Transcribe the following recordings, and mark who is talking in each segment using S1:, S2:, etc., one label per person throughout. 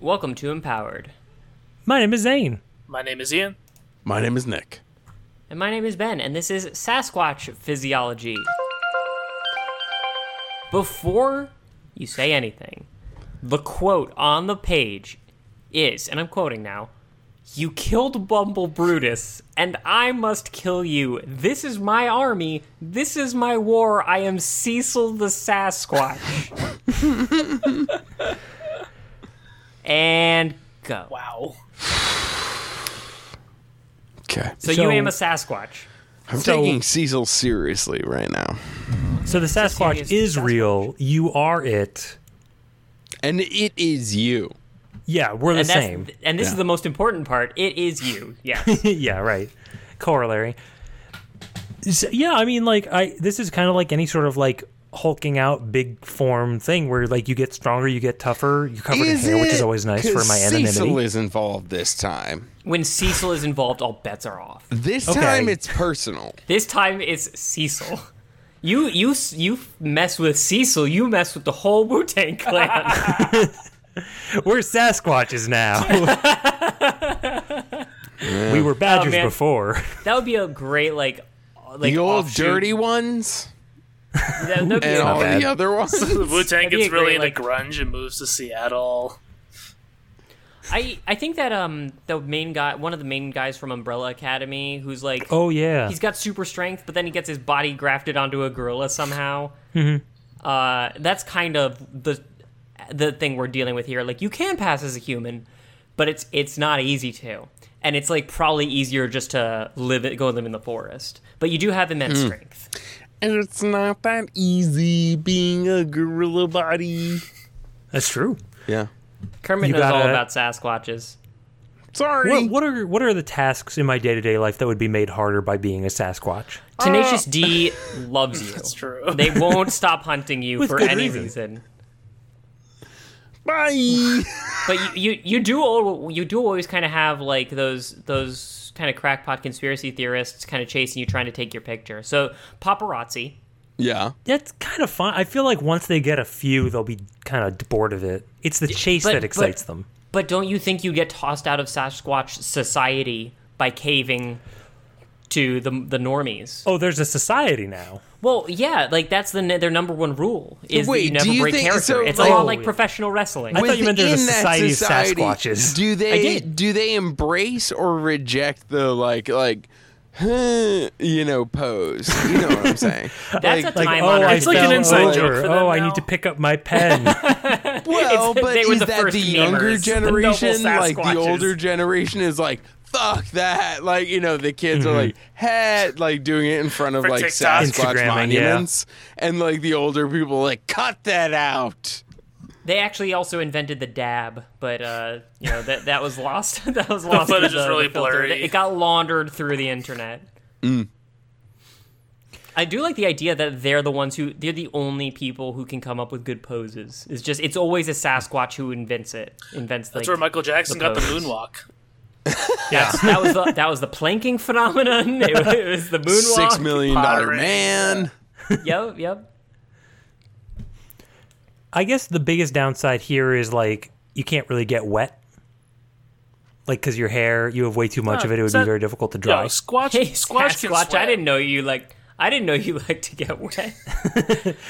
S1: Welcome to Empowered.
S2: My name is Zane.
S3: My name is Ian.
S4: My name is Nick.
S1: And my name is Ben, and this is Sasquatch Physiology. Before you say anything, the quote on the page is, and I'm quoting now You killed Bumble Brutus, and I must kill you. This is my army. This is my war. I am Cecil the Sasquatch. and go.
S3: Wow.
S4: Okay.
S1: So,
S2: So-
S1: you aim a Sasquatch.
S4: I'm
S2: so-
S4: taking Cecil seriously right now.
S2: So the Sasquatch
S1: serious
S2: is
S1: Sasquatch.
S2: real. You are it.
S4: And it is you.
S2: Yeah, we're the
S1: And that's,
S2: same.
S1: And this is
S4: Yeah.
S1: the most important part. It is you. Yeah.
S2: yeah, right. Corollary. So, yeah, I mean, like, I this is kind of like any sort of like hulking out big form thing where like you get stronger, you get tougher, you're covered in hair, which is
S4: it?
S2: always nice for
S4: 'Cause
S2: my anonymity.
S4: Cecil is involved this time.
S1: when Cecil is involved, all bets are off.
S4: This
S2: Okay.
S4: time it's personal.
S1: This time it's Cecil. You you s- you mess with Cecil, you mess with the whole Wu Tang Clan.
S2: We're Sasquatches now. We were badgers
S1: Oh, man.
S2: before.
S1: that would be a great like uh, like
S4: the old
S1: offshoot.
S4: dirty ones
S1: That, that'd be
S4: and
S1: a-
S4: all
S2: bad.
S4: the other ones.
S3: The Wu Tang
S1: That'd be
S3: gets
S1: a
S3: really
S1: great,
S3: into grunge and moves to Seattle.
S1: I I think that um the main guy, one of the main guys from Umbrella Academy, who's like
S2: Oh yeah.
S1: he's got super strength, but then he gets his body grafted onto a gorilla somehow.
S2: Mm-hmm.
S1: Uh, that's kind of the the thing we're dealing with here. Like you can pass as a human, but it's it's not easy to, and it's like probably easier just to live it, go live in the forest. But you do have immense
S2: Hmm.
S1: strength.
S4: and it's not that easy being a gorilla body.
S2: That's true.
S4: Yeah.
S1: Kermit
S2: You
S1: knows all
S2: gotta-
S1: about Sasquatches.
S4: Sorry.
S2: What, what are what are the tasks in my day to day life that would be made harder by being a Sasquatch?
S1: Tenacious D loves you. That's
S3: true.
S1: They won't stop hunting you
S2: Oh. With
S1: for
S2: good
S1: any
S2: reason.
S1: reason.
S4: Bye.
S1: But you, you, you do al- you do always kind of have like those those kind of crackpot conspiracy theorists kind of chasing you, trying to take your picture. So paparazzi,
S4: yeah.
S2: That's kind of fun. I feel like once they get a few, they'll be kind of bored of it. It's the chase
S1: but-
S2: that excites
S1: but-
S2: them.
S1: but don't you think you get tossed out of Sasquatch society by caving to the the normies?
S2: Oh, there's a society now.
S1: Well, yeah, like that's the n- their number one rule is that
S4: Wait,
S1: you never
S4: do you
S1: break
S4: think-
S1: character.
S4: so, Oh.
S1: it's a
S4: like-
S1: lot like professional wrestling.
S2: I thought you meant there's a
S4: Within that
S2: society of
S4: society,
S2: Sasquatches.
S4: Do they
S1: did.
S4: do they embrace or reject the like like huh, you know pose? You know what I'm saying?
S1: That's a
S2: Like,
S1: time
S2: oh,
S1: honored
S2: I
S3: It's like an
S2: fell
S3: inside
S2: over.
S3: joke for them
S2: Oh, I
S3: now.
S2: need to pick up my pen.
S4: well,
S1: It's-
S4: but
S1: they were
S4: is
S1: the
S4: that
S1: first
S4: the younger
S1: memers, the noble
S4: generation? like the
S1: Sasquatches.
S4: older generation is like fuck that. Like you know the kids are like hat like doing it in front of
S3: For
S4: like
S3: TikTok.
S4: Sasquatch
S2: Instagramming, yeah.
S4: monuments, and like the older people are like cut that out.
S1: They actually also invented the dab, but uh, you know that that was lost. that was lost.
S3: footage
S1: in
S3: is really
S1: filter.
S3: blurry.
S1: It got laundered through the internet.
S4: Mm.
S1: I do like the idea that they're the ones who they're the only people who can come up with good poses. It's just it's always a Sasquatch who invents it. Invents
S3: That's
S1: like,
S3: where Michael Jackson got the
S1: pose.
S3: moonwalk.
S1: that's- that was the, that was the planking phenomenon. It, was- it was the moonwalk.
S4: Six million dollar
S3: Pirates.
S4: man.
S1: Yep, yep.
S2: I guess the biggest downside here is like you can't really get wet. Like, because your hair, you have way too much of it. It would
S3: is that-
S2: be very difficult to
S3: Yo,
S2: dry.
S3: Squatch,
S1: Hey,
S3: Squatch, can
S1: Sasquatch,
S3: sweat.
S1: I didn't know you like. I didn't know you like to get wet.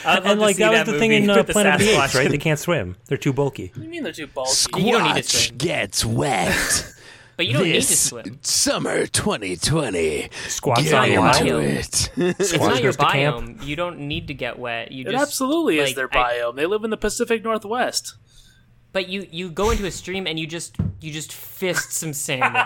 S2: and like that was the thing in uh, Planet of the Apes, right? They can't swim. They're too bulky.
S3: What do you mean they're too bulky?
S1: You don't need to
S4: Squatch
S1: swim.
S4: gets wet.
S1: But you don't need to swim.
S4: summer 2020.
S2: Squats
S4: Get
S2: on
S1: your
S4: into
S1: bio.
S4: it.
S1: It's
S2: Squatch
S1: not your
S2: goes to camp.
S1: biome. You don't need to get wet. You
S3: It
S1: just
S3: absolutely is
S1: like,
S3: their
S1: I-
S3: biome. they live in the Pacific Northwest.
S1: but you you go into a stream and you just you just fist some salmon.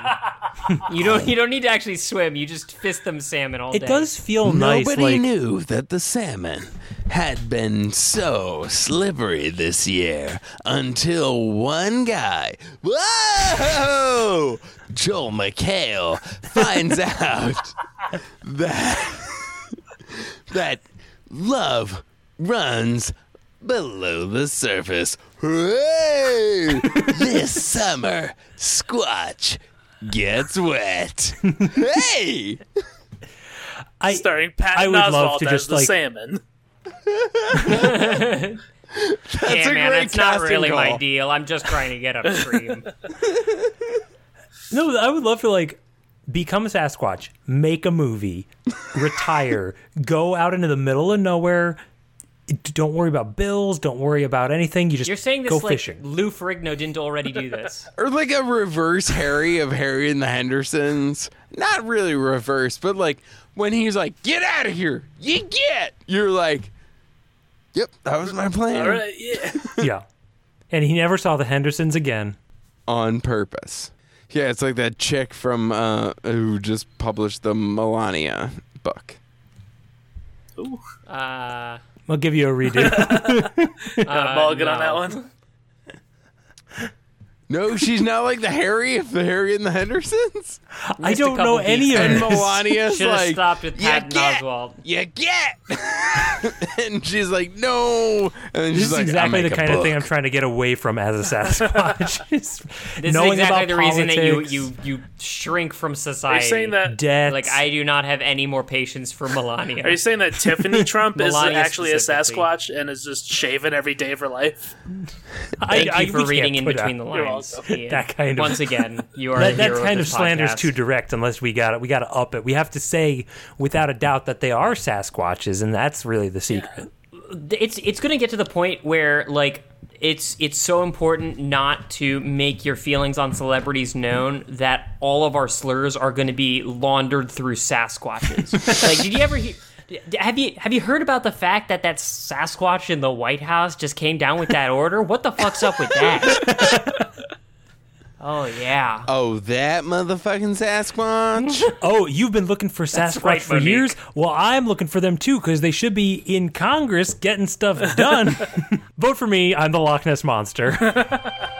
S1: you don't you don't need to actually swim. You just fist them salmon all
S2: It
S1: day.
S2: does feel nice.
S4: Nobody
S2: Like,
S4: knew that the salmon had been so slippery this year until one guy, whoa, Joel McHale, finds out that that love runs below the surface. Hooray! this summer, Squatch gets wet. hey!
S2: I,
S3: Starring Patton
S2: I would love
S3: Oswalt
S2: to
S3: as
S2: just,
S3: the
S2: like-
S3: salmon.
S4: That's
S1: yeah,
S4: a
S1: man,
S4: great
S1: that's not
S4: casting
S1: really my
S4: call.
S1: deal. I'm just trying to get upstream.
S2: No, I would love to like become a Sasquatch, make a movie, retire, go out into the middle of nowhere. d- Don't worry about bills. Don't worry about anything. You just
S1: You're saying this
S2: go
S1: like
S2: fishing.
S1: Lou Ferrigno didn't already do this.
S4: Or like a reverse Harry of Harry and the Hendersons. Not really reverse, but like when he's like, "Get out of here, you get." You're like, "Yep, that was my plan
S3: All right, yeah.
S2: yeah, and he never saw the Hendersons again.
S4: on purpose." Yeah, it's like that chick from uh, who just published the Melania book.
S3: Ooh,
S1: Uh,
S2: I'll give you a redo.
S3: got a mulligan
S1: no.
S3: on that one.
S4: No, she's not like the Harry of the Harry and the Hendersons.
S2: I don't
S1: couple
S2: know any
S1: beats
S2: of
S1: there.
S4: And
S2: this.
S4: Melania's
S1: should have
S4: like,
S1: stopped with
S4: "You
S1: Patton
S4: get-
S1: Oswald.
S4: you get. and she's like, no. And then
S2: This
S4: she's
S2: is
S4: like,
S2: exactly
S4: "I'll
S2: the
S4: make a
S2: kind of thing
S4: book."
S2: I'm trying to get away from as a Sasquatch. Is
S1: This
S2: knowing
S1: is exactly
S2: about
S1: the reason that you,
S2: politics,
S1: you you shrink from
S3: Are you
S1: society.
S3: saying that?
S2: debt.
S1: Like I do not have any more patience for Melania.
S3: Are you saying that Tiffany Trump is
S1: Melania
S3: actually a
S1: specifically.
S3: Sasquatch and is just shaven every day of her life?
S1: Thank
S2: I- I-
S1: you for
S2: we can't
S1: reading in
S2: put
S1: between
S2: out-
S1: the lines. Ian.
S2: That kind of-
S1: Once again, you are
S2: that,
S1: the
S2: that
S1: hero
S2: kind of
S1: this
S2: slander is
S1: podcast.
S2: too direct unless we got it we got to up it we have to say without a doubt that they are sasquatches and that's really the secret
S1: it's it's going to get to the point where like it's it's so important not to make your feelings on celebrities known that all of our slurs are going to be laundered through Sasquatches. like, did you ever hear? Have you have you heard about the fact that that Sasquatch in the White House just came down with that order? What the fuck's up with that? oh yeah,
S4: Oh, that motherfucking Sasquatch.
S2: oh you've been looking for sasquatch
S1: right,
S2: for
S1: Monique.
S2: years well i'm looking for them too because they should be in congress getting stuff done vote for me i'm the loch ness monster